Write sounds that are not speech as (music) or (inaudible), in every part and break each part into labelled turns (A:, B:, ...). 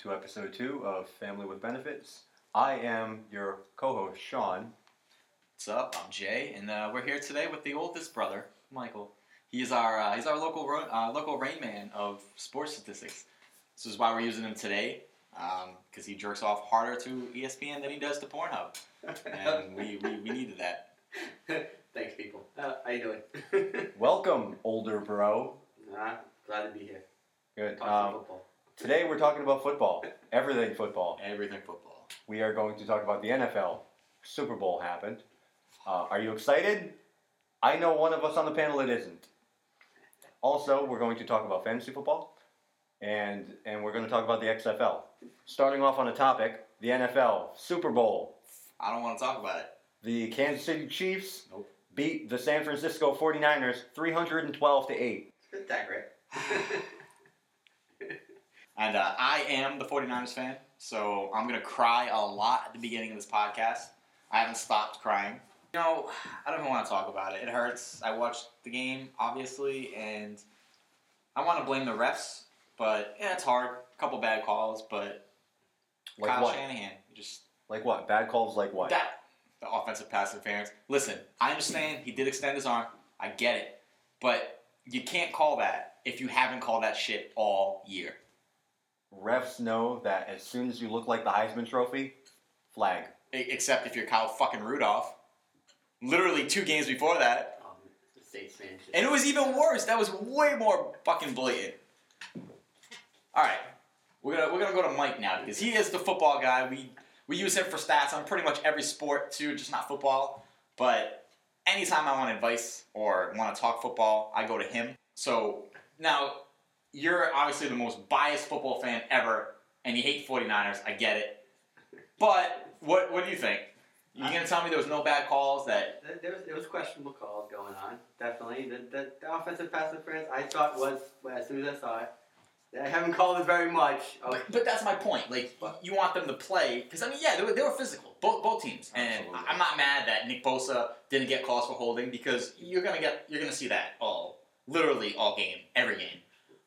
A: to episode two of Family with Benefits. I am your co-host Sean.
B: What's up? I'm Jay, and uh, we're here today with the oldest brother, Michael. He's our uh, he's our local ro- uh, local rain man of sports statistics. This is why we're using him today, because he jerks off harder to E ESPN than he does to Pornhub,
C: (laughs)
B: and we, we, we needed that.
C: Thanks, people. Uh, how you doing?
B: (laughs)
A: Welcome, older bro.
C: nah, glad to be here.
A: Good.
C: Talk
A: Um,
C: football.
A: today we're talking about football, everything football.
B: Everything football.
A: We are going to talk about the NFL. Super Bowl happened. Uh, are you excited? I know one of us on the panel that isn't. Also, we're going to talk about fantasy football, and and we're going to talk about the XFL. Starting off on a topic, the NFL Super Bowl.
B: I don't want to talk about it.
A: The Kansas City Chiefs
B: Nope.
A: beat the San Francisco 49ers 312 to 8.
C: Good tag, right?
B: And uh, I am the 49ers fan, so I'm going to cry a lot at the beginning of this podcast. I haven't stopped crying. You know, I don't even want to talk about it. It hurts. I watched the game, obviously, and I want to blame the refs, but yeah, it's hard. A couple bad calls, but
A: Like
B: Kyle
A: what?
B: Shanahan, just
A: Like what? Bad calls like what?
B: that the offensive pass interference. Listen, I understand he did extend his arm. I get it, but you can't call that if you haven't called that shit all year.
A: Refs know that as soon as you look like the Heisman Trophy, flag.
B: E- except if you're Kyle fucking Rudolph. Literally two games before that.
C: um, the States man.
B: And it was even worse. That was way more fucking blatant. Alright. We're gonna we're gonna go to Mike now because he is the football guy. We we use him for stats on pretty much every sport too, just not football. But anytime I want advice or want to talk football, I go to him. So now you're obviously the most biased football fan ever, and you hate 49ers. I get it. But what what do you think? You gonna tell me there was no bad calls that
C: There- There was, there was questionable calls going on, definitely. The, the, the offensive pass interference, I saw it was, well, as soon as I saw it, I haven't called it very much. Oh,
B: But, but that's my point. Like you want them to play because I mean, yeah, they were, they were physical. Both both teams, and
A: Absolutely.
B: I- I'm not mad that Nick Bosa didn't get calls for holding because you're gonna get you're gonna see that all literally all game, every game.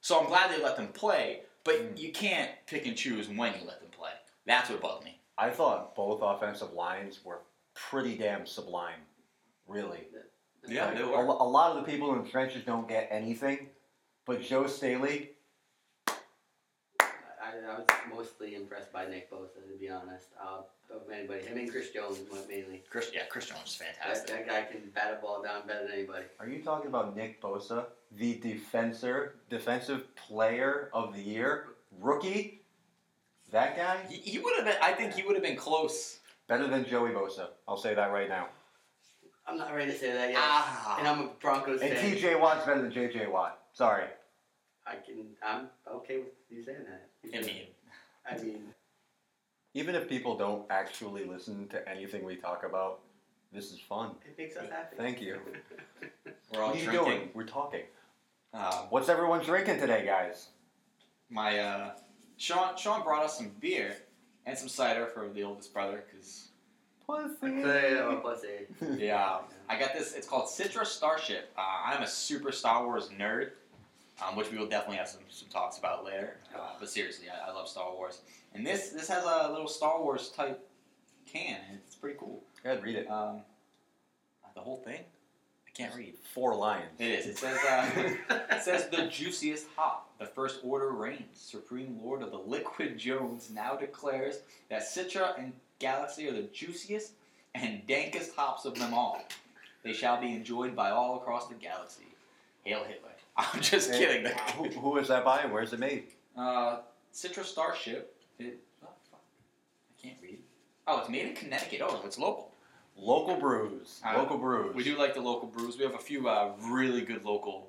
B: So I'm glad they let them play, but
A: Mm.
B: you can't pick and choose when you let them play. That's what bugged me.
A: I thought both offensive lines were pretty damn sublime, really.
B: Yeah,
A: Like,
B: they
A: a,
B: were.
A: lo- a lot of the people in the trenches don't get anything, but Joe Staley,
C: I, I was mostly impressed by Nick Bosa, to be honest. Uh, of anybody, him and Chris Jones mainly.
B: Chris, yeah, Chris Jones is
C: That,
B: fantastic.
C: that guy can bat a ball down better than anybody.
A: are you talking about Nick Bosa, the defensor, defensive player of the year, rookie? That guy?
B: He, he would have been. I think he would have been close.
A: Better than Joey Bosa. I'll say that right now.
C: I'm not ready to say that yet. and
B: Ah,
C: I'm a Broncos
A: And
C: fan.
A: TJ Watt's better than JJ Watt. Sorry.
C: I can. I'm okay with you saying that.
B: I mean,
C: I mean,
A: Even if people don't actually listen to anything we talk about, this is fun.
C: it makes us happy.
A: Thank you.
B: we're all
A: what are you
B: drinking.
A: doing? We're talking.
B: Um,
A: What's everyone drinking today, guys?
B: my uh, Sean Sean brought us some beer and some cider for the oldest brother because
C: Let's (laughs) say I'm
B: um,
C: a plus eight.
B: yeah I got this it's called Citra Starship. Uh, I'm a super Star Wars nerd, um, which we will definitely have some, some talks about later. Uh, but seriously, I, I love Star Wars, and this this has a little Star Wars type can and it's pretty cool.
A: Go ahead, read it.
B: Um, the whole thing I can't read.
A: Four lions.
B: It is. It says. Uh, (laughs)
C: (laughs)
B: It says the juiciest hop. The First Order reigns. Supreme Lord of the Liquid Jones now declares that Citra and Galaxy are the juiciest and dankest hops of them all. They shall be enjoyed by all across the galaxy. Hail Hitler. (laughs) I'm just kidding.
A: Who, who is that by and where's it made?
B: Uh, Citra Starship. It, oh, fuck. I can't read. Oh, it's made in Connecticut. Oh, it's local.
A: Local brews.
B: Uh,
A: local brews.
B: We do like the local brews. We have a few uh, really good local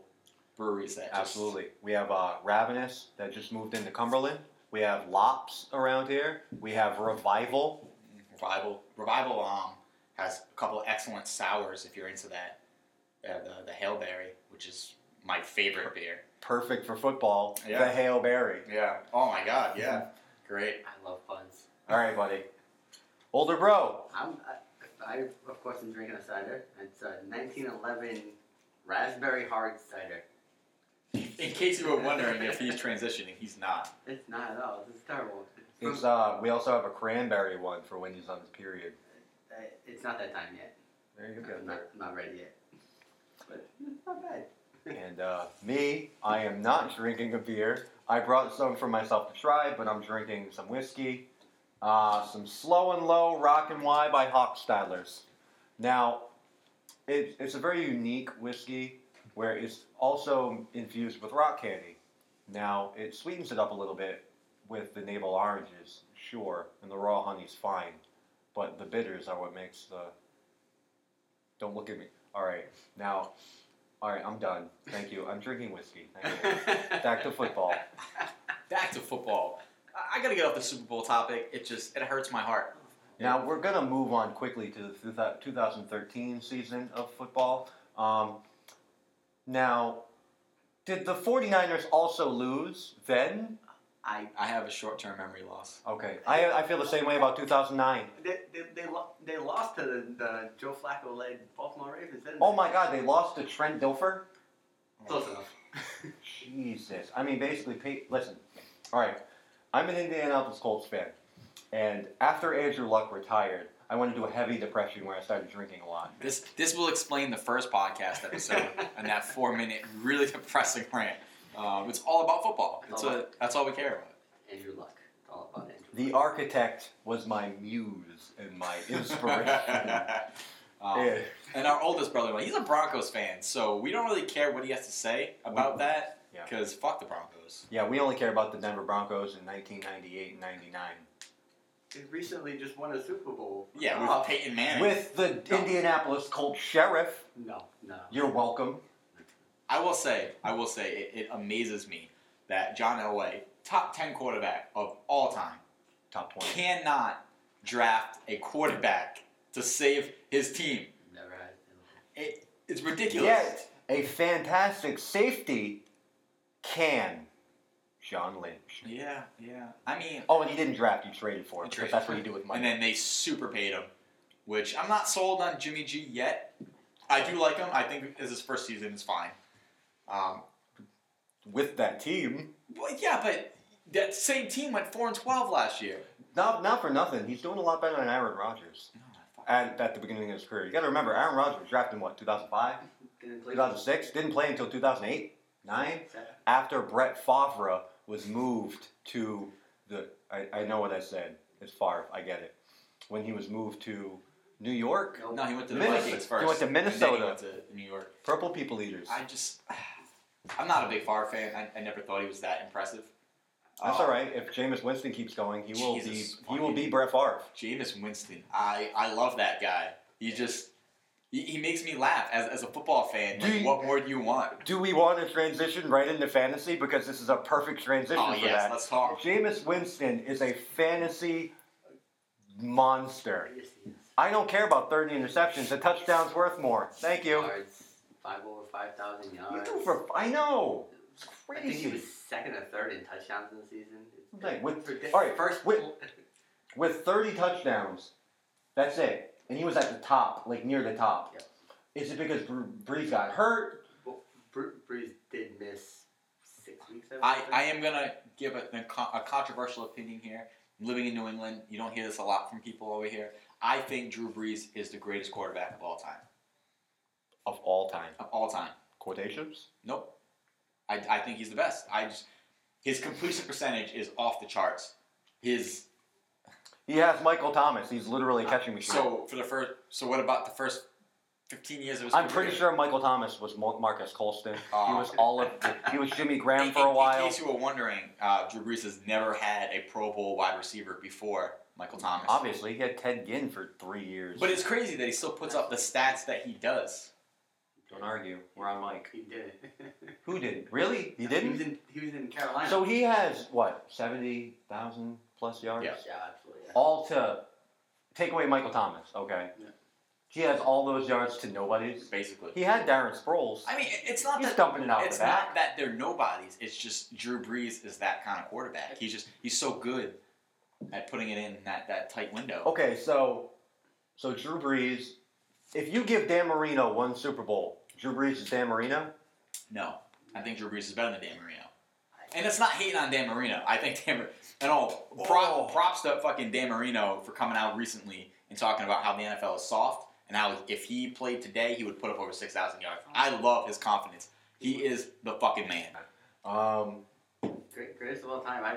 B: breweries that just-
A: Absolutely. We have uh, Ravenous that just moved into Cumberland. We have Lops around here. We have Revival.
B: Revival Revival um has a couple excellent sours if you're into that. They have the the Hail Berry, which is my favorite beer.
A: Perfect for football.
B: Yeah.
A: The Hail Berry.
B: Yeah. Mm-hmm. Oh my god, yeah. Great.
C: I love puns.
A: All right, buddy. Older bro.
C: I'm. I, I of course am drinking a cider. It's a 1911 raspberry hard cider.
B: In case you were wondering if he's transitioning, he's not.
C: It's not at all. This is terrible.
A: It's uh, we also have a cranberry one for when he's on his period.
C: Uh, It's not that time yet.
A: There you
C: I'm
A: go.
C: not, I'm not ready yet. But it's not bad.
A: And uh, me, I am not drinking a beer. I brought some for myself to try, but I'm drinking some whiskey. Uh, some Slow and Low Rock and Why by Hochstadlers. Now, it, it's a very unique whiskey where it's also infused with rock candy. Now, it sweetens it up a little bit with the navel oranges, sure, and the raw honey's fine, but the bitters are what makes the. Don't look at me. All right, now, all right, I'm done. Thank you. I'm drinking whiskey. Thank you. Back to football.
B: Back to football. I, I gotta get off the Super Bowl topic. It just it hurts my heart.
A: Now we're gonna move on quickly to the two thou- 2013 season of football. Um, now, did the 49ers also lose then?
C: I
B: I have a short term memory loss.
A: Okay, I, I feel the same way about 2009.
C: they they they, lo- they lost to the, the Joe Flacco led Baltimore Ravens. Didn't
A: Oh my God, they lost to Trent Dilfer.
C: they? Close enough. (laughs)
A: Jesus. I mean, basically, pay, listen. All right, I'm an Indianapolis Colts fan, and after Andrew Luck retired, I went into a heavy depression where I started drinking a lot.
B: This this will explain the first podcast (laughs) episode and that four minute really depressing rant. Um, it's all about football. It's a, that's all we care about.
C: Andrew Luck. It's all about Andrew.
A: The architect was my muse and
B: (laughs)
A: my inspiration.
B: Um,
A: Yeah.
B: And our oldest brother, like, he's a Broncos fan, so we don't really care what he has to say about that
A: Yeah.
B: because fuck the Broncos.
A: Yeah, we only care about the Denver Broncos in 1998 and 99.
C: They recently just won a Super Bowl.
B: Yeah, with
C: Oh,
B: Peyton Manning.
A: Uh, With the Indianapolis Colts sheriff,
C: no, no.
A: you're welcome.
B: I will say, I will say, it, it amazes me that John Elway, top ten quarterback of all time,
A: Top 20.
B: cannot draft a quarterback to save his team.
C: Never had.
B: It, it's ridiculous.
A: Yet, a fantastic safety can. John Lynch.
B: Yeah, yeah. I mean,
A: Oh, and he didn't draft, you traded for him.
B: You
A: Because
B: traded
A: that's
B: for
A: what you do with money.
B: and then they super paid him, which I'm not sold on Jimmy G yet. I do like him. I think as his first season is fine. Um,
A: with that team,
B: well, yeah, but that same team went four and twelve last year.
A: not, not for nothing, he's doing a lot better than Aaron Rodgers
B: No, fuck.
A: at, at the beginning of his career. You gotta remember, Aaron Rodgers was drafted in what, 2005?
C: Didn't play.
A: 2006? Didn't play until 2008? 9?
C: Seven.
A: after Brett Favre was moved to the. I, I know what I said. It's Favre. I get it. When he was moved to New York,
C: Nope.
B: no, he went to the
A: Minnesota.
B: Vikings first.
A: He went to
B: and then
A: Minnesota.
B: went to New York.
A: Purple People Eaters.
B: I just, I'm not a big Favre fan. I, I never thought he was that impressive.
A: That's
B: Uh,
A: all right. If Jameis Winston keeps going, he will
B: Jesus
A: be. He will be
B: fucking-
A: Brett Favre.
B: Jameis Winston, I, I love that guy. He just, he, he makes me laugh as, as a football fan. Like,
A: Do you-
B: what more do you want?
A: Do we want to transition right into fantasy because this is a perfect transition
B: Oh
A: for
B: yes,
A: that?
B: let's talk.
A: Jameis Winston is a fantasy monster.
C: Yes, yes.
A: I don't care about 30 interceptions. A touchdown's worth more. Thank you.
C: Yards, five over five thousand
A: You
C: yards.
A: do for. I know. It's
C: I
A: crazy.
C: think he was second or third in touchdowns in the season. It's
A: Like, with-
C: ridiculous.
A: all right, with-
C: pl-
A: with 30 touchdowns, that's it. And he was at the top, like near the top.
C: Yep.
A: Is it because Bre- Breeze got hurt?
C: Bru- Breeze did miss six weeks. of it,
B: I,
C: think.
B: I am gonna give a, a con- a controversial opinion here. Living in New England, you don't hear this a lot from people over here. I think Drew Brees is the greatest quarterback of all time.
A: Of all time.
B: Of all time.
A: Quotations?
B: Nope. I, I think he's the best. I just his completion percentage is off the charts. His
A: He has Michael Thomas. He's literally catching machine.
B: Ah, so for the first so what about the first fifteen years of his
A: I'm pretty
B: career?
A: sure Michael Thomas was Mo- Marcus Colston. he
B: Oh.
A: was all of. He was Jimmy Graham
B: In-
A: for a
B: in- In
A: while.
B: case you were wondering, uh, Drew Brees has never had a Pro Bowl wide receiver before Michael Thomas.
A: Obviously, he had Ted Ginn for three years.
B: But it's crazy that he still puts up the stats that he does.
A: don't argue. We're on mic.
C: He did. (laughs)
A: Who didn't? Really? He
C: He was
A: didn't.
C: in, he was in Carolina.
A: So he has what seventy thousand plus yards.
B: Yeah.
C: yeah, absolutely. Yeah.
A: all to take away Michael Thomas. Okay,
C: Yeah.
A: he has all those yards to nobody's.
B: Basically.
A: He had Darren Sproles.
B: I mean, it- it's not
A: He's
B: that
A: dumping it out
B: it's
A: the back.
B: not that they're nobodies. It's just Drew Brees is that kind of quarterback. He's just he's so good at putting it in that that tight window.
A: Okay, so so Drew Brees. If you give Dan Marino one Super Bowl, Drew Brees is Dan Marino.
B: No, I think Drew Brees is better than Dan Marino. and it's not hating on Dan Marino. I think Dan Mar- and all prop,
C: Oh.
B: props to fucking Dan Marino for coming out recently and talking about how the NFL is soft and how if he played today, he would put up over six thousand yards. I love his confidence. He is the fucking man.
A: Um,
C: Great, greatest of all time. I,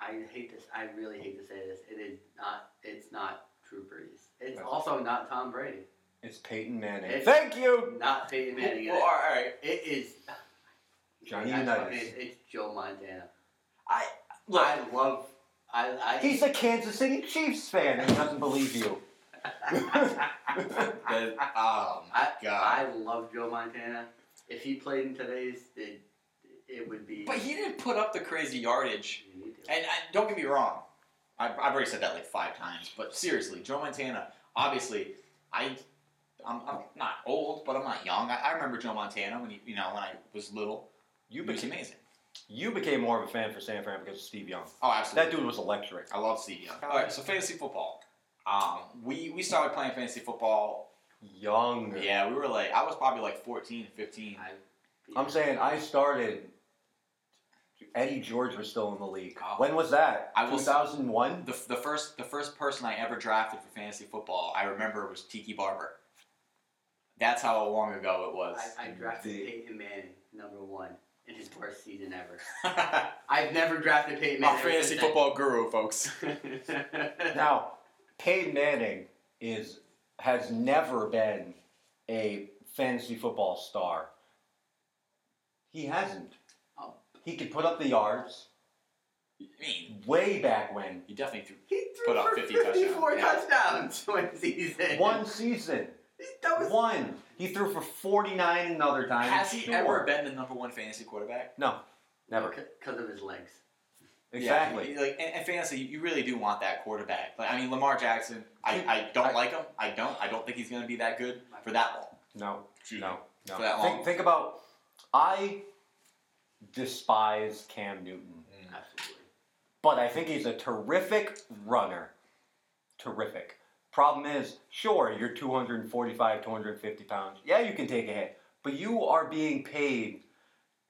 C: I hate this. I really hate to say this. It is not. It's not Drew Brees. It's
A: No.
C: also not Tom Brady.
A: it's Peyton Manning.
C: It's-
A: Thank you.
C: Not Peyton Manning.
B: Well, all right.
C: It is.
A: Johnny
C: I
A: Unitas.
C: fucking- it's Joe Montana.
B: Look,
C: I love. I. I
A: He's a Kansas City Chiefs fan and doesn't believe
B: (laughs)
A: you. (laughs)
C: (laughs)
B: the- oh my god.
C: I love Joe Montana. If he played in today's, it, it would be.
B: but he didn't put up the crazy yardage.
C: You need to.
B: And I, don't get me wrong, I, I've already said that like five times. But seriously, Joe Montana. Obviously, I, I'm, I'm not old, but I'm not young. I, I remember Joe Montana when he, you know when I was little.
A: You
B: he was
A: became,
B: amazing.
A: you became more of a fan for San Fran because of Steve Young.
B: Oh, absolutely.
A: That dude was electric.
B: I love Steve Young. All right, so fantasy football. Um, we we started playing fantasy football.
A: Young.
B: Yeah, we were like I was probably like 14, 15.
C: I,
A: I'm saying I started. Eddie George was still in the league.
B: Oh.
A: When was that?
B: I will-
A: 2001.
B: The, the first the first person I ever drafted for fantasy football I remember was Tiki Barber. That's how long ago it was.
C: I, I drafted
A: The-
C: Peyton Manning number one in his worst season ever.
B: (laughs) My
C: I've never drafted Peyton Manning. ever
B: fantasy
C: since
B: football guru, folks.
C: then. (laughs)
A: Now, Peyton Manning is has never been a fantasy football star. He hasn't.
C: Oh.
A: He could put up the yards
B: I mean,
A: way back when.
B: you definitely threw.
C: he threw
B: Put up
C: for
B: 50
C: 54
B: touchdowns,
C: touchdowns (laughs) one season.
A: One season.
C: That was
A: One. He threw for 49 another time.
B: Has he
A: Sure.
B: ever been the number one fantasy quarterback?
A: No, never.
C: because of his legs.
A: Exactly.
B: Yeah, like and, and fantasy, you really do want that quarterback. Like I mean, Lamar Jackson. I, I don't
A: I-
B: like him. I don't. I don't think he's going to be that good for that long.
A: No,
B: Excuse
A: no, no.
B: For that long.
A: Think, think about. I despise Cam Newton,
B: Mm.
C: Absolutely.
A: but I think he's a terrific runner. Terrific. Problem is, sure, you're 245, 250 pounds. Yeah, you can take a hit, but you are being paid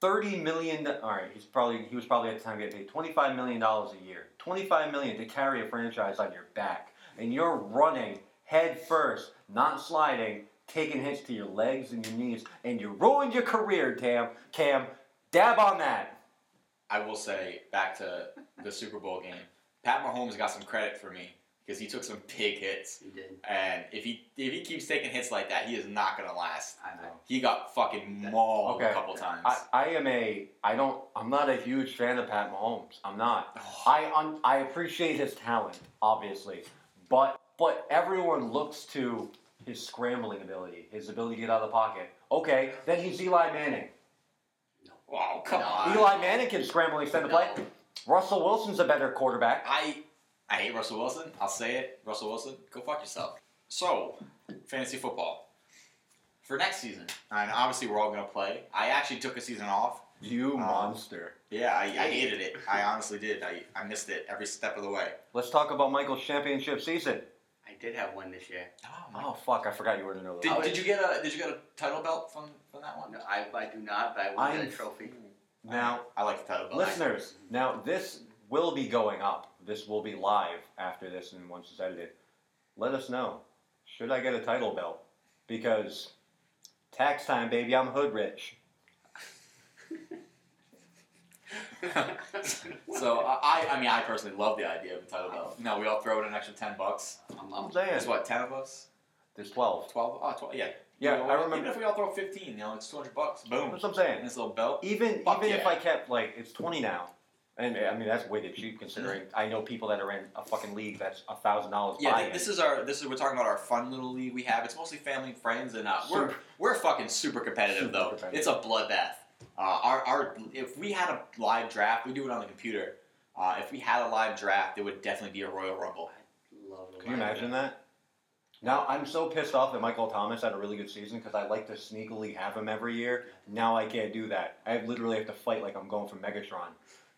A: 30 million. All right, he's probably he was probably at the time getting paid 25 million dollars a year. 25 million to carry a franchise on your back, and you're running head first, not sliding, taking hits to your legs and your knees, and you ruined your career, Tam. Cam, dab on that.
B: I will say back to the Super Bowl game. Pat Mahomes got some credit for me because he took some big hits,
C: He did.
B: and if he if he keeps taking hits like that, he is not going to last.
C: I know.
B: He got fucking mauled
A: Okay.
B: a couple times.
A: I, I am a I don't I'm not a huge fan of Pat Mahomes. I'm not.
B: Oh,
A: I un, I appreciate his talent, obviously, but but everyone looks to his scrambling ability, his ability to get out of the pocket. Okay, then he's Eli Manning.
B: wow, come
C: No.
B: on.
A: Eli Manning can scramble and extend the play.
C: No.
A: Russell Wilson's a better quarterback.
B: I I hate Russell Wilson. I'll say it. Russell Wilson, go fuck yourself. So, fantasy football for next season, and obviously we're all gonna play. I actually took a season off.
A: You
B: monster. Yeah, I, I hated it. I honestly did. I, I missed it every step of the way.
A: Let's talk about Michael's championship season.
C: I did have one this year.
A: Oh fuck, I forgot you were in another.
B: Did, did you get a Did you get a title belt from from that one?
C: No, I, I do not, but I will get
A: I'm-
C: a trophy.
A: now,
B: I like the title belt.
A: listeners, now this will be going up. This will be live after this and once it's edited. Let us know. Should I get a title belt? Because tax time, baby, I'm hood rich.
B: (laughs) so I, I I mean I personally love the idea of a title belt. No, we all throw in an extra ten bucks.
C: I'm,
A: I'm
C: I'm,
A: saying
B: It's what ten of us.
A: there's twelve.
B: 12, oh, 12 yeah.
A: Yeah,
B: You know,
A: I remember-
B: Even if we all throw 15, you know, it's 200 bucks. Boom.
A: That's what I'm saying.
B: And this little belt.
A: Even
B: Fuck
A: even if
B: yeah.
A: I kept like it's twenty now, and I mean that's way too cheap considering I know people that are in a fucking league that's a thousand dollars.
B: Yeah, th- this is our, this is, we're talking about our fun little league we have. It's mostly family and friends, and uh, we're,
A: Super.
B: we're fucking super competitive,
A: Super
B: though.
A: competitive.
B: It's a bloodbath. Uh, our, our, if we had a live draft, we do it on the computer. Uh, if we had a live draft, there would definitely be a Royal Rumble.
C: love the
A: Can you
C: Lions.
A: imagine that? Now I'm so pissed off that Michael Thomas had a really good season because I like to sneakily have him every year. Now I can't do that. I literally have to fight like I'm going for Megatron.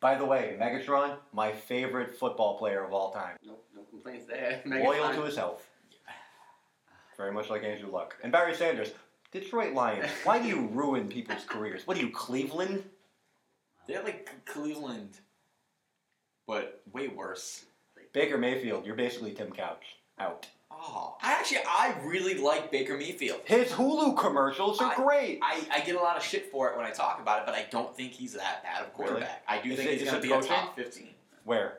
A: By the way, Megatron, my favorite football player of all time.
C: Nope, no complaints there. (laughs)
A: Loyal to his health. Very much like Andrew Luck. And Barry Sanders, Detroit Lions. Why do you ruin people's careers? What are you, Cleveland?
B: They're like Cleveland, but way worse.
A: Baker Mayfield, you're basically Tim Couch. Out.
B: Oh, I actually I really like Baker Mayfield.
A: His Hulu commercials are
B: I-
A: great.
B: I, I get a lot of shit for it when I talk about it, but I don't think he's that bad of a quarterback. I do
A: Is
B: think
A: it-
B: he's
A: is
B: going
A: it
B: to be a
A: coaching?
B: top fifteen.
A: Where?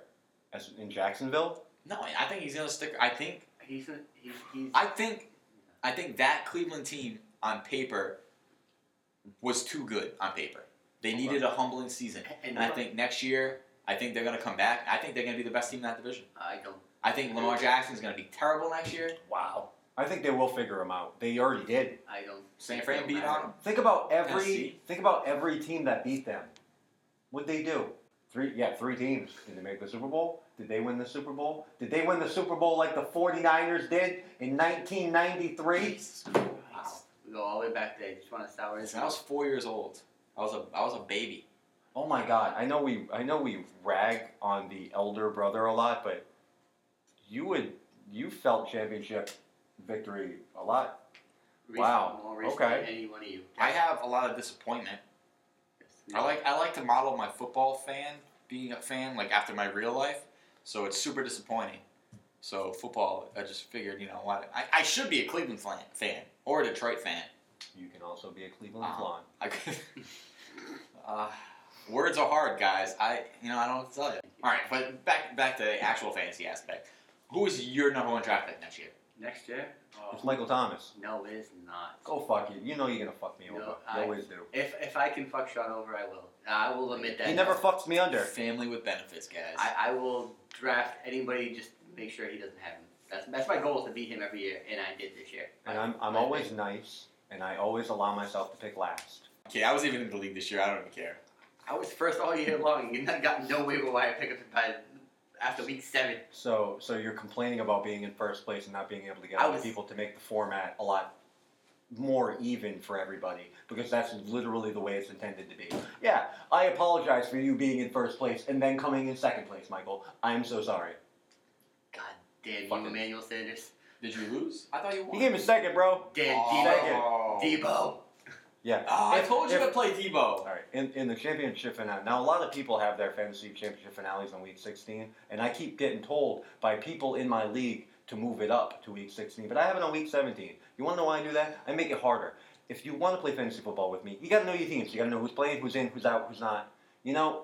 A: As in Jacksonville?
B: No, I think he's going to stick. I think
C: He's a, he's he's.
B: I think I think that Cleveland team on paper was too good on paper. They needed a humbling season, and I think next year I think they're going to come back. I think they're going to be the best team in that division.
C: I don't.
B: I think Lamar Jackson's going to be terrible next year.
C: Wow.
A: I think they will figure him out. They already did.
C: I don't.
B: San
C: it
B: Fran
C: don't
B: beat
C: matter.
B: on him.
A: Think about every
B: Tennessee.
A: think about every team that beat them. What'd they do? Three yeah, three teams. Did they make the Super Bowl? Did they win the Super Bowl? Did they win the Super Bowl like the 49ers did in 1993?
B: Jesus
C: Wow.
B: Christ.
C: We go all the way back there. Just want to sour his.
B: Listen, I was four years old. I was a I was a baby.
A: Oh my god, I know we I know we rag on the elder brother a lot, but you would you felt championship victory a lot.
C: Recent-
A: Wow.
C: More recent
A: Okay.
C: Than any one of you.
B: I have a lot of disappointment.
C: Yes.
B: I like I like to model my football fan being a fan like after my real life, so it's super disappointing. So football, I just figured you know what I, I should be a Cleveland fan, fan or a Detroit fan. (laughs)
A: You can also be a Cleveland
B: Wow.
A: Flan.
B: I could, uh, words are hard, guys. I you know I don't know what to tell you. All right, but back back to the actual fantasy aspect. Who is your number one draft pick next year?
C: Next year. Oh.
A: It's Michael Thomas.
C: No, it is not.
A: Go fuck you. You know you're gonna fuck me
C: No,
A: over. You
C: I-
A: always do.
C: If if I can fuck Sean over, I will. I will admit that.
A: He never fucks me under.
B: Family with benefits, guys.
C: I, I will draft anybody. Just make sure he doesn't have him. That's that's my goal is to beat him every year, and I did this year.
A: And I'm, I'm always nice, and I always allow myself to pick last.
B: okay, I was even in the league this year. I don't even care.
C: I was first all year long. You got no waiver wire pickup by after week seven.
A: So, so you're complaining about being in first place and not being able to get
C: I
A: other
C: was-
A: people to make the format a lot more even for everybody because that's literally the way it's intended to be. Yeah, I apologize for you being in first place and then coming in second place, Michael. I'm so sorry.
C: God damn you,
A: Fucking-
C: Emmanuel Sanders.
B: Did you lose? I thought you won.
A: You came in second, bro.
C: Damn
B: Oh.
C: Debo. Debo.
A: Yeah.
B: Oh, I
A: If-
B: told you
A: if-
B: to play Debo.
A: All right, in, in the championship finale, now a lot of people have their fantasy championship finales on week 16, and I keep getting told by people in my league to move it up to week 16, but I have it on week 17. You want to know why I do that? I make it harder. If you want to play fantasy football with me, you got to know your teams. You got to know who's playing, who's in, who's out, who's not. You know,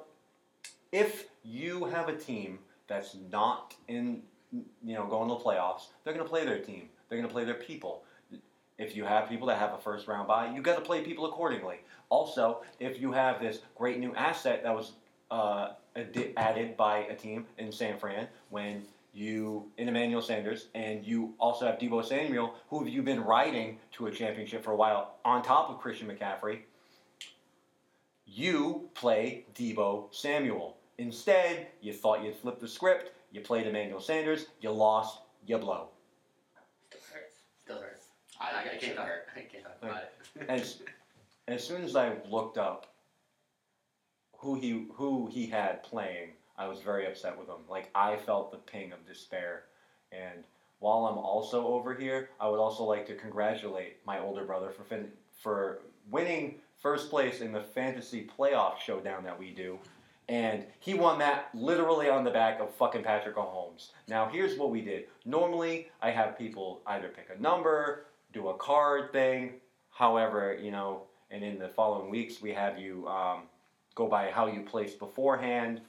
A: if you have a team that's not in, you know, going to the playoffs, they're going to play their team. They're going to play their people. If you have people that have a first round bye, you got to play people accordingly. Also, if you have this great new asset that was uh, addi- added by a team in San Fran when you in Emmanuel Sanders and you also have Debo Samuel, who have you been riding to a championship for a while on top of Christian McCaffrey, you play Debo Samuel. Instead, you thought you'd flip the script, you played Emmanuel Sanders, you lost, you blow.
C: Still hurts. Still hurts.
B: I,
C: I, I can't talk. I can't talk about it.
A: as as soon as I looked up who he who he had playing, I was very upset with him. Like I felt the ping of despair. And while I'm also over here, I would also like to congratulate my older brother for fin- for winning first place in the fantasy playoff showdown that we do. And he won that literally on the back of fucking Patrick Mahomes. Now here's what we did. Normally I have people either pick a number, do a card thing, However, you know, and in the following weeks, we have you um, go by how you placed beforehand.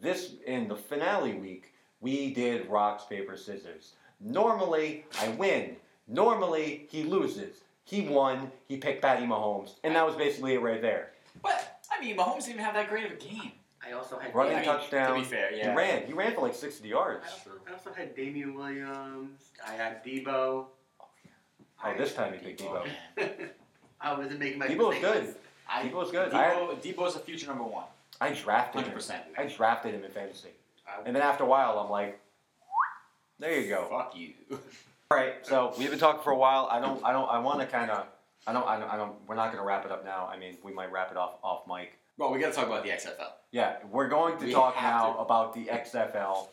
A: This in the finale week, we did rocks, paper, scissors. Normally, I win. Normally, he loses. He won. He picked Patty Mahomes, and that was basically it right there.
B: But I mean, Mahomes didn't even have that great of a game.
C: I also had
A: Running
B: I mean,
C: Damian-
A: touchdown.
B: To be fair, yeah.
A: He ran. He ran for like sixty yards.
C: I also, I also had Damian Williams. I had Debo.
A: Oh, this time he picked Debo.
C: (laughs) I wasn't making my
A: Debo's
B: (laughs)
C: mistakes.
A: good.
B: I,
A: Debo's good. I,
B: Debo, Debo's a future number one.
A: I drafted
B: Hundred
A: him.
B: percent.
A: I drafted him in fantasy, and then after a while, I'm like, there you go. (laughs)
B: Fuck you.
A: All right, so we've been talking for a while. I don't, I don't, I want to kind of, I don't, I don't, I don't. We're not going to wrap it up now. I mean, we might wrap it off off mic.
B: Well, we got to talk about the XFL.
A: Yeah, we're going to
B: We
A: talk
B: have
A: now
B: to.
A: about the XFL.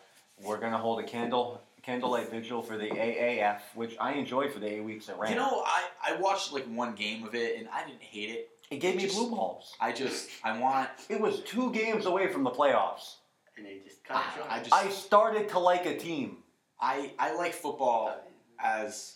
A: We're going to hold a candle candlelight vigil for the AAF, which I enjoyed for the eight weeks it ran.
B: You know, I, I watched like one game of it and I didn't hate it.
A: It gave me
B: Just-
A: blue balls.
B: I just I want
A: It was two games away from the playoffs.
C: And they just cut it short.
B: I, I just
A: I started to like a team.
B: I I like football
C: I mean,
B: as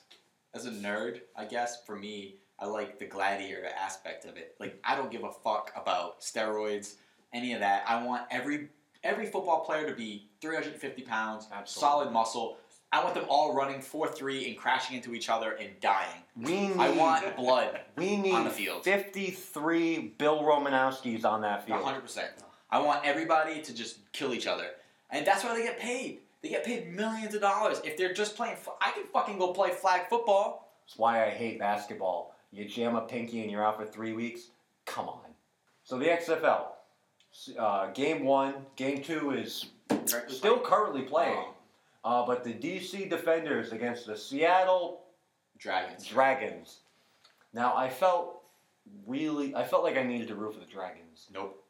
B: as a nerd, I guess for me, I like the gladiator aspect of it. Like I don't give a fuck about steroids, any of that. I want every every football player to be 350 pounds, solid
A: Absolutely.
B: muscle. I want them all running 4-3 and crashing into each other and dying.
A: We need,
B: I want blood
A: we
B: on
A: need
B: the field.
A: 53 Bill Romanowskis on that field.
B: 100%. I want everybody to just kill each other. And that's why they get paid. They get paid millions of dollars. If they're just playing, f- I can fucking go play flag football.
A: That's why I hate basketball. You jam a pinky and you're out for three weeks. Come on. So the XFL, uh, game one, game two is still currently playing,
B: Um,
A: uh, but the DC Defenders against the Seattle
B: Dragons.
A: Dragons. Now I felt really, I felt like I needed to root for the Dragons
B: Nope.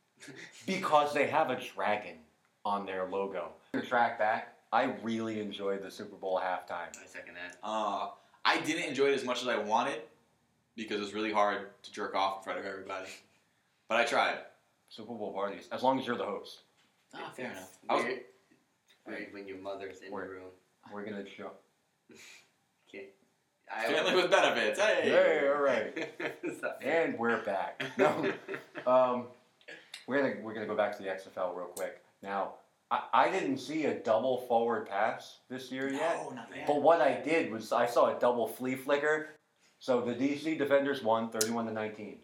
C: (laughs)
A: because they have a dragon on their logo. To track back, I really enjoyed the Super Bowl halftime.
C: I second that.
B: Uh, I didn't enjoy it as much as I wanted because it's really hard to jerk off in front of everybody. But I tried.
A: Super Bowl parties, as long as you're the host.
B: Ah, fair enough.
C: It's
B: I was-
C: weird- weird when your mother's in
A: Word.
C: the
A: (laughs)
C: room.
A: We're gonna jump.
C: I
B: Family with benefits. Hey.
A: Hey, all right,
C: (laughs) Sorry.
A: and we're
B: (laughs)
A: back. No, um, we're gonna we're gonna go back to the XFL real quick. Now, I, I didn't see a double forward pass this year yet.
B: No, Oh, not yet.
A: But what I did was I saw a double flea flicker. So the DC defenders won 31 to 19.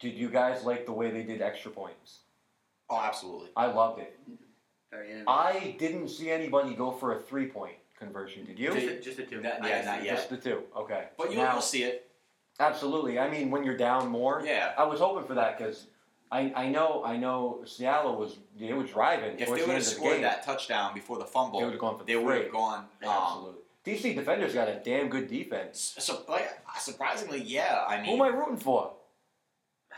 A: Did you guys like the way they did extra points?
B: Oh, absolutely.
A: I loved it.
C: Very innovative.
A: I didn't see anybody go for a three point conversion. Did
C: just,
A: you?
C: a, just a two.
B: That-
C: I
B: yeah,
C: just-
B: not yet.
A: Just the two. Okay.
B: But you,
A: Now-
B: you'll see it.
A: absolutely. I mean, when you're down more,
B: Yeah.
A: I was hoping for that because I, I know I know Seattle was they were driving.
B: If they
A: towards
B: would
A: the end
B: have
A: of the
B: scored
A: game,
B: that touchdown before the fumble,
A: they would have gone for
B: they would
A: three.
B: have gone. Um,
A: absolutely. DC defenders got a damn good defense.
B: s- so, like, uh, surprisingly, yeah. I mean,
A: Who am I rooting for?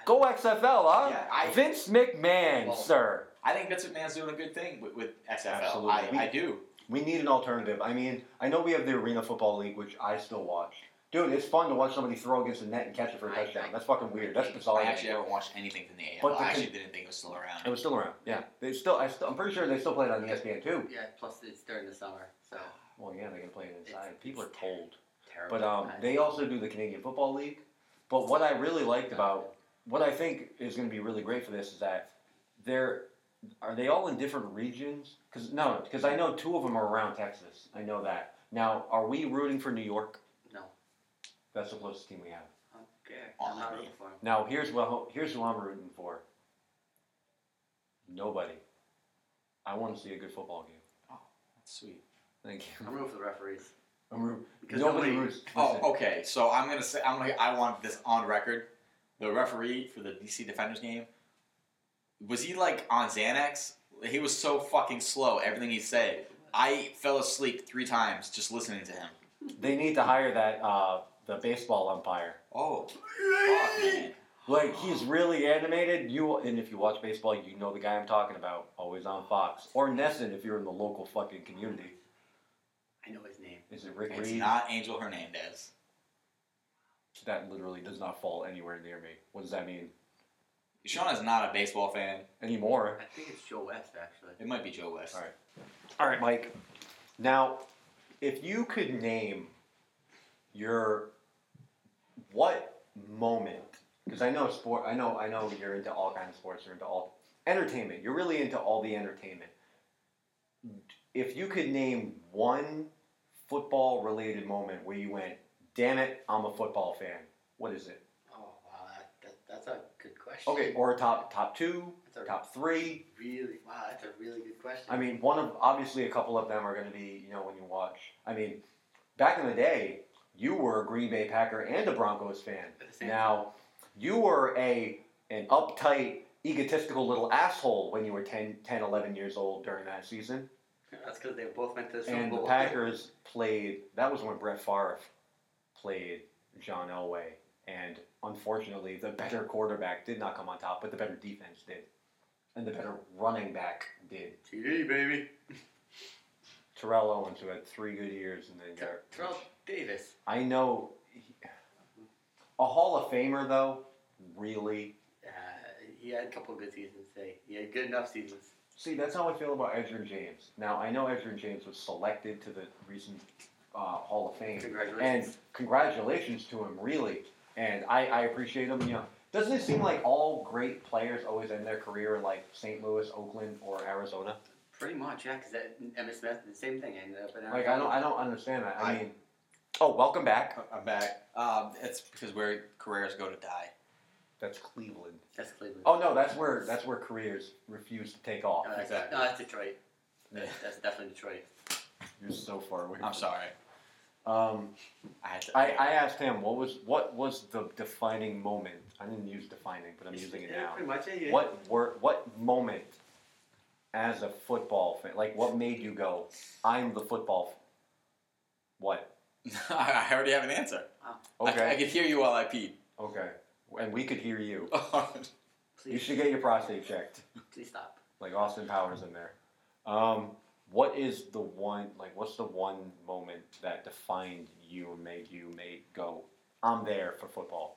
A: Go XFL, huh?
B: Yeah, I-
A: Vince McMahon,
B: Well-
A: sir.
B: I think Vince McMahon's doing a good thing with, with XFL.
A: Absolutely.
B: I, I do.
A: We need an alternative. I mean, I know we have the Arena Football League, which I still watch. Dude, it's fun to watch somebody throw against the net and catch it for a
B: I-
A: touchdown.
B: I-
A: That's fucking weird. That's bizarre.
B: I actually haven't watched anything from the AFL.
A: Oh, But the
B: I
A: con-
B: actually didn't think it was still around.
A: it was still around. Yeah, they still. I still. I'm pretty sure they still play it on E ESPN too.
C: Yeah, plus it's during the summer, so
A: Well, yeah, they can play it inside.
C: It's-
A: People are
C: it's
A: cold.
C: terrible.
A: But um,
C: I-
A: they also do the Canadian Football League. But what I really liked about what I think is going to be really great for this is that they're are they all in different regions? Because no, because I know two of them are around Texas. I know that. Now, are we rooting for New York?
C: No.
A: That's the closest team we have.
C: I don't care.
B: Oh,
C: I'm not
B: man.
C: rooting for him.
A: Now, here's what here's who I'm rooting for. Nobody. I want to see a good football game.
B: Sweet.
A: Thank you.
C: I'm rooting for the referees.
A: I'm root-
C: Because
A: nobody
C: nobody-
A: roots. listen.
B: Oh, okay. So I'm gonna say I'm gonna I want this on record. The referee for the DC Defenders game was he like on Xanax? He was so fucking slow. Everything he said, I fell asleep three times just listening to him.
A: They need to hire that uh, the baseball umpire.
B: Oh, fuck, man.
A: Like
B: Oh.
A: he's really animated. You and if you watch baseball, you know the guy I'm talking about. Always on Fox or Nesson if you're in the local fucking community.
C: I know his name.
A: Is it Rick
B: It's
A: Reed?
B: not Angel Hernandez.
A: That literally does not fall anywhere near me. What does that mean
B: Sean is not a baseball fan.
A: anymore?
C: I think it's Joe West actually.
B: It might be Joe West.
A: All right. All right, Mike. Now, if you could name your what moment, because I know sport, I know, I know you're into all kinds of sports, you're into all entertainment, you're really into all the entertainment. If you could name one football-related moment where you went, "Damn it, I'm a football fan," what is it?
C: Oh wow, that, that, that's a good question.
A: Okay, or top top two,
C: That's a
A: top three,
C: really wow, that's a really good question. (laughs)
A: I mean, one of obviously a couple of them are going to be you know when you watch. I mean, back in the day, you were a Green Bay Packer and a Broncos fan.
C: At the same (laughs)
A: Now, you were a an uptight, egotistical little asshole when you were 10, 10 11 years old during that season.
C: time, that's because they both went to the Super
A: And the
C: Bowl. (laughs)
A: Packers played. That was when Brett Favre played John Elway, and unfortunately, the better quarterback did not come on top, but the better defense did, and the better running back did.
C: TD baby.
A: Terrell Owens, who had three good years, and then got-
C: Terrell Davis.
A: I know he- a Hall of Famer though. really.
C: Uh, he had a couple of good seasons. Say he had good enough seasons.
A: See, that's how I feel about Edgerrin James. Now I know Edgerrin James was selected to the recent uh, Hall of Fame,
C: Congratulations.
A: and congratulations to him, really. And I, I appreciate him. You know, doesn't it seem like all great players always end their career in like St. Louis, Oakland, or Arizona?
C: Pretty much, yeah. Because Emmitt Smith, the same thing. Ended up in uh,
A: Like I don't, I don't understand that. I,
B: I-
A: mean, oh, welcome back.
B: I'm back. Um, it's because where careers go to die.
A: That's Cleveland.
C: That's Cleveland.
A: Oh no, that's where that's where careers refuse to take off.
C: no, that's,
B: exactly.
C: no, that's Detroit.
A: (laughs)
C: That's, that's definitely Detroit.
A: You're so far away. from-
B: I'm sorry.
A: Um,
B: I had to.
A: I, I asked him what was what was the defining moment. I didn't use defining, but I'm using it
C: Yeah,
A: now.
C: Pretty much, yeah, yeah.
A: What were what moment as a football fan? Like what made you go? I'm the football. F-. What?
B: (laughs) I already have an answer. I- I,
A: Okay.
B: could hear you while I peed. (laughs)
A: Okay. And we could hear you.
B: Oh.
A: You
C: Please,
A: should get your prostate checked,
C: please stop.
A: like Austin Powers in there. Um, what is the one? Like, what's the one moment that defined you and made you make go? I'm there for football.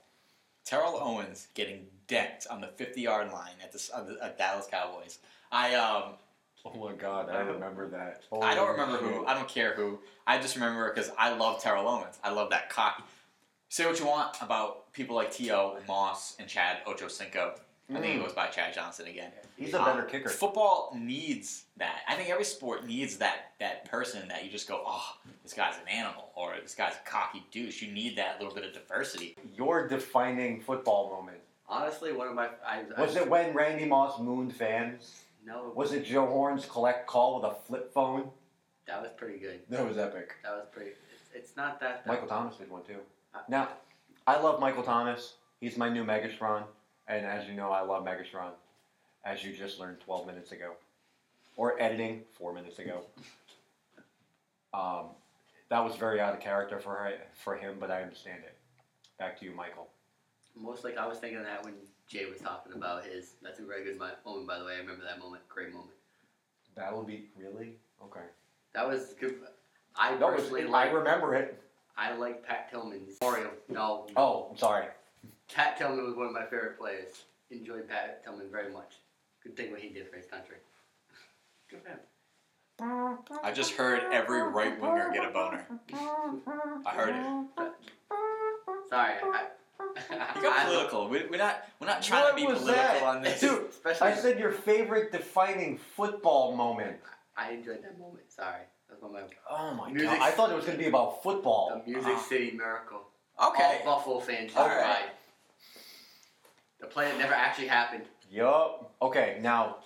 B: Terrell Owens getting decked on the 50 yard line at the, s- on the at Dallas Cowboys. I um
A: (laughs) Oh my God, I remember that.
B: I don't
A: Holy
B: remember who.
A: shit.
B: I don't care who. I just remember because I love Terrell Owens. I love that cocky. Say what you want about people like T.O. Moss and Chad Ochocinco. I think he
A: Mm.
B: goes by Chad Johnson again.
A: He's a better
B: Um,
A: kicker.
B: Football needs that. I think every sport needs that that person that you just go, oh, this guy's an animal, or this guy's a cocky douche. You need that little bit of diversity.
A: Your defining football moment
C: Honestly, one of my I, I
A: was it when Randy Moss mooned fans?
C: No,
A: Was it Joe Horn's collect call with a flip phone?
C: that was pretty good.
A: That was epic.
C: That was pretty. It's, it's not that. that
A: Michael Thomas did one too.
B: Uh,
A: Now, I love Michael Thomas. He's my new Megastron, and as you know, I love Megastron, as you just learned 12 minutes ago, or editing four minutes
B: (laughs)
A: ago. Um, that was very out of character for for him, but I understand it. Back to you, Michael.
C: Most like I was thinking of that when Jay was talking about his. That's a very good mo- moment, by the way. I remember that moment. Great moment.
A: That'll be really okay.
C: That was good. I
A: That was,
C: personally
A: I
C: like.
A: remember it.
C: I like Pat Tillman's Mario. No,
A: Oh, I'm sorry.
C: Pat Tillman was one of my favorite players. Enjoyed Pat Tillman very much. Good thing what he did for his country. Good for him.
B: I just heard every right winger get a
A: (laughs)
B: boner. I heard it.
C: Sorry. I,
B: (laughs) You got political. We, we're not. We're not trying
A: What
B: to be
A: was
B: political
A: that?
B: on this.
A: Dude,
C: (laughs) especially
A: I said your favorite defining football moment.
C: I enjoyed that moment. Sorry. That was one of
A: Oh my
C: Music-
A: god! I thought it was gonna be about
C: my
A: football.
C: the Music
B: Ah.
C: City Miracle.
B: Okay.
C: All Buffalo fans
B: All
C: just
B: right.
C: cried. The play that never actually happened.
A: Yup. Okay, now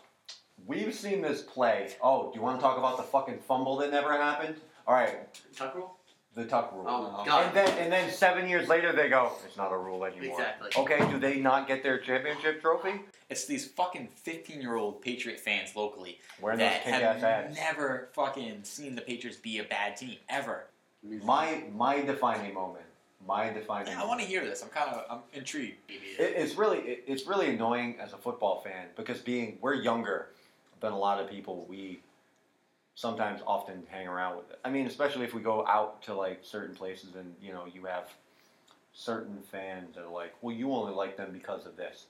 A: we've seen this play. Oh, do you want to talk about the fucking fumble that never happened? All right,
C: Tuck rule?
A: the tuck rule.
C: Oh,
B: Oh.
C: God.
A: and then and then seven years later they go, it's not a rule anymore.
C: Exactly.
A: Okay, do they not get their championship trophy?
B: It's these fucking 15 year old Patriot fans locally
A: Wearing those
B: that
A: kick ass
B: have
A: hats.
B: never fucking seen the Patriots be a bad team ever.
A: My my defining moment. My defining.
B: Yeah, I want to hear this. I'm kind of I'm intrigued.
A: It, it's really it, it's really annoying as a football fan because being we're younger than a lot of people we sometimes often hang around with. I mean, especially if we go out to like certain places and you know you have certain fans that are like, well, you only like them because of this.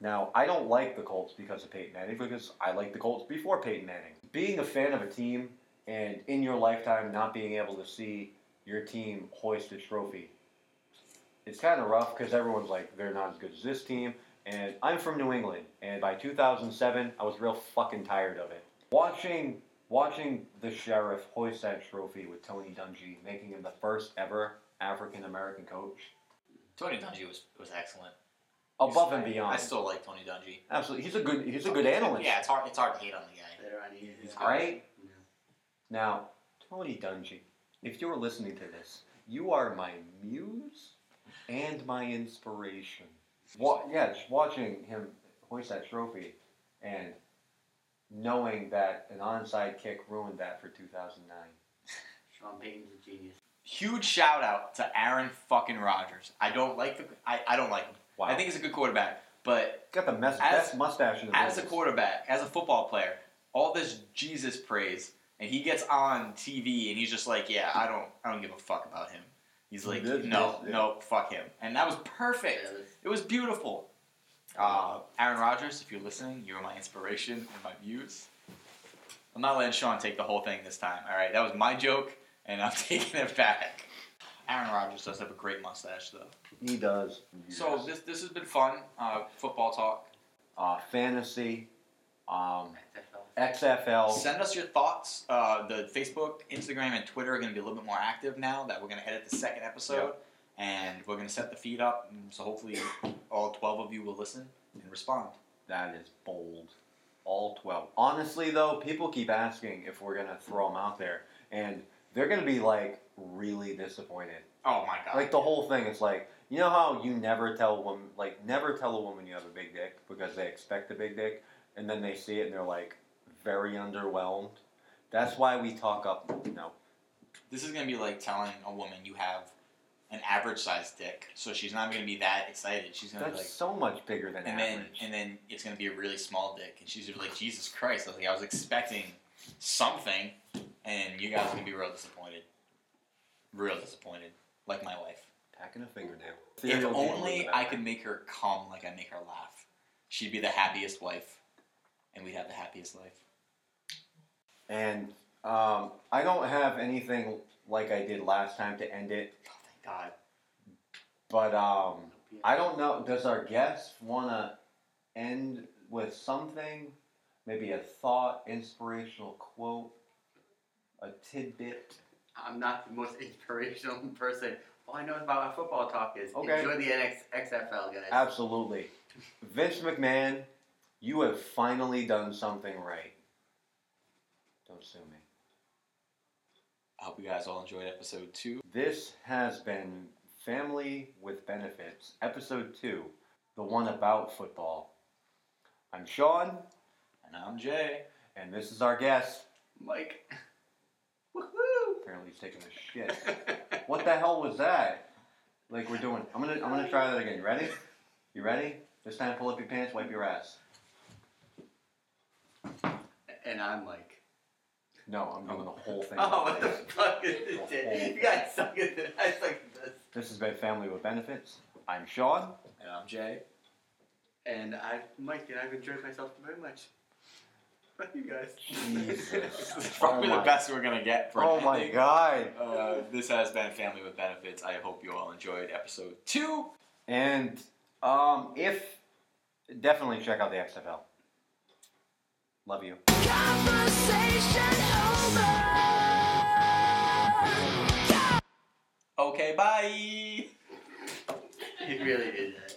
A: Now, I don't like the Colts because of Peyton Manning because I liked the Colts before Peyton Manning. Being a fan of a team and in your lifetime not being able to see your team hoist a trophy it's kind of rough because everyone's like, they're not as good as this team. And I'm from New England, and by 2007, I was real fucking tired of it. Watching watching the sheriff hoist that trophy with Tony Dungy, making him the first ever African American coach,
B: Tony Dungy was was excellent.
A: above and
B: I
A: beyond.
B: still like Tony Dungy.
A: Absolutely, he's a good he's a good analyst.
B: Yeah, it's hard it's hard to hate on the guy.
C: Later on, he-
B: He's
A: All right. Now, Tony Dungy, if you're listening to this, you are my muse and my inspiration. Wa- yeah, just watching him hoist that trophy and knowing that an onside kick ruined that for 2009.
C: Sean Payton's a genius.
B: Huge shout out to Aaron fucking Rodgers. I don't like the I, I don't like him.
A: Wow.
B: I think he's a good quarterback, but
A: got the mes-
B: As-
A: best mustache in the
B: as a
A: business.
B: quarterback, as a football player, all this Jesus praise, and he gets on TV and he's just like, "Yeah, I don't, I don't give a fuck about him." He's like,
A: This-
B: "No,
A: this-
B: no, fuck him," and that was
C: Yeah,
B: perfect.
C: that's-
B: It was beautiful.
A: Ah.
B: Uh, Aaron Rodgers, if you're listening, you are my inspiration and my muse. I'm not letting Sean take the whole thing this time. All right, that was my joke, and I'm (laughs) taking it back. Aaron Rodgers does have a great mustache, though.
A: He does.
B: So
A: Yes.
B: this this has been fun. Uh, football talk.
A: uh, fantasy, um,
C: NFL.
A: XFL.
B: Send us your thoughts. Uh, the Facebook, Instagram, and Twitter are going to be a little bit more active now that we're going to edit the second episode, and we're going to set the feed up. and So hopefully, all twelve of you will listen and respond.
A: That is bold. All 12. Honestly, though, people keep asking if we're going to throw them out there, and they're going to be like really disappointed.
B: Oh my god!
A: Like the whole thing is like, you know how you never tell a woman, like, never tell a woman you have a big dick because they expect a big dick, and then they see it and they're like very underwhelmed? That's why we talk up, you know,
B: this is going to be like telling a woman you have an average sized dick, so she's not going to be that excited. She's going to be
A: that's
B: like,
A: so much bigger than
B: and
A: average.
B: then and then it's going to be a really small dick, and she's gonna be like, Jesus Christ! I was like, I was expecting something, and you guys are going to be real disappointed, real disappointed, like my wife.
A: Tacking a fingernail.
B: If
A: Serial killer in
B: only
A: the
B: I
A: background.
B: could make her come like I make her laugh, she'd be the happiest wife, and we'd have the happiest life.
A: And um, I don't have anything like I did last time to end it,
B: Oh, thank God.
A: but um, I don't know. Does our guest want to end with something? Maybe a thought, inspirational quote, a tidbit?
C: I'm not the most (laughs) inspirational person. All I know about our football talk is
A: Okay. Uh,
C: enjoy the NX, XFL, guys.
A: Absolutely. Vince McMahon, you have finally done something right. Don't sue me.
B: I hope you guys all enjoyed episode two.
A: This has been Family with Benefits, Episode 2, the one about football. I'm Sean,
B: And I'm Jay.
A: and this is our guest.
C: Mike. (laughs) Woohoo!
A: Apparently, he's taking a shit. What the hell was that? Like we're doing. I'm gonna. I'm gonna try that again. You ready? You ready? This time, pull up your pants, wipe your ass.
C: and I'm like,
A: No, I'm Oh, doing the whole thing.
C: (laughs) oh, what the fuck is this shit? You guys suck at this. I suck at this.
A: This has been Family with Benefits. I'm Sean.
B: And I'm Jay.
C: And I, Mike, and I've enjoyed myself very much. Fuck you guys.
A: Jesus.
C: (laughs)
B: This is probably
A: Oh
B: the
A: my-
B: best we're gonna get for an
A: Oh my
B: ending.
A: God.
B: Uh, this has been Family with Benefits. I hope you all enjoyed episode two.
A: And um, if definitely check out the XFL. Love you.
D: Conversation over.
B: Okay, bye.
C: you really did that.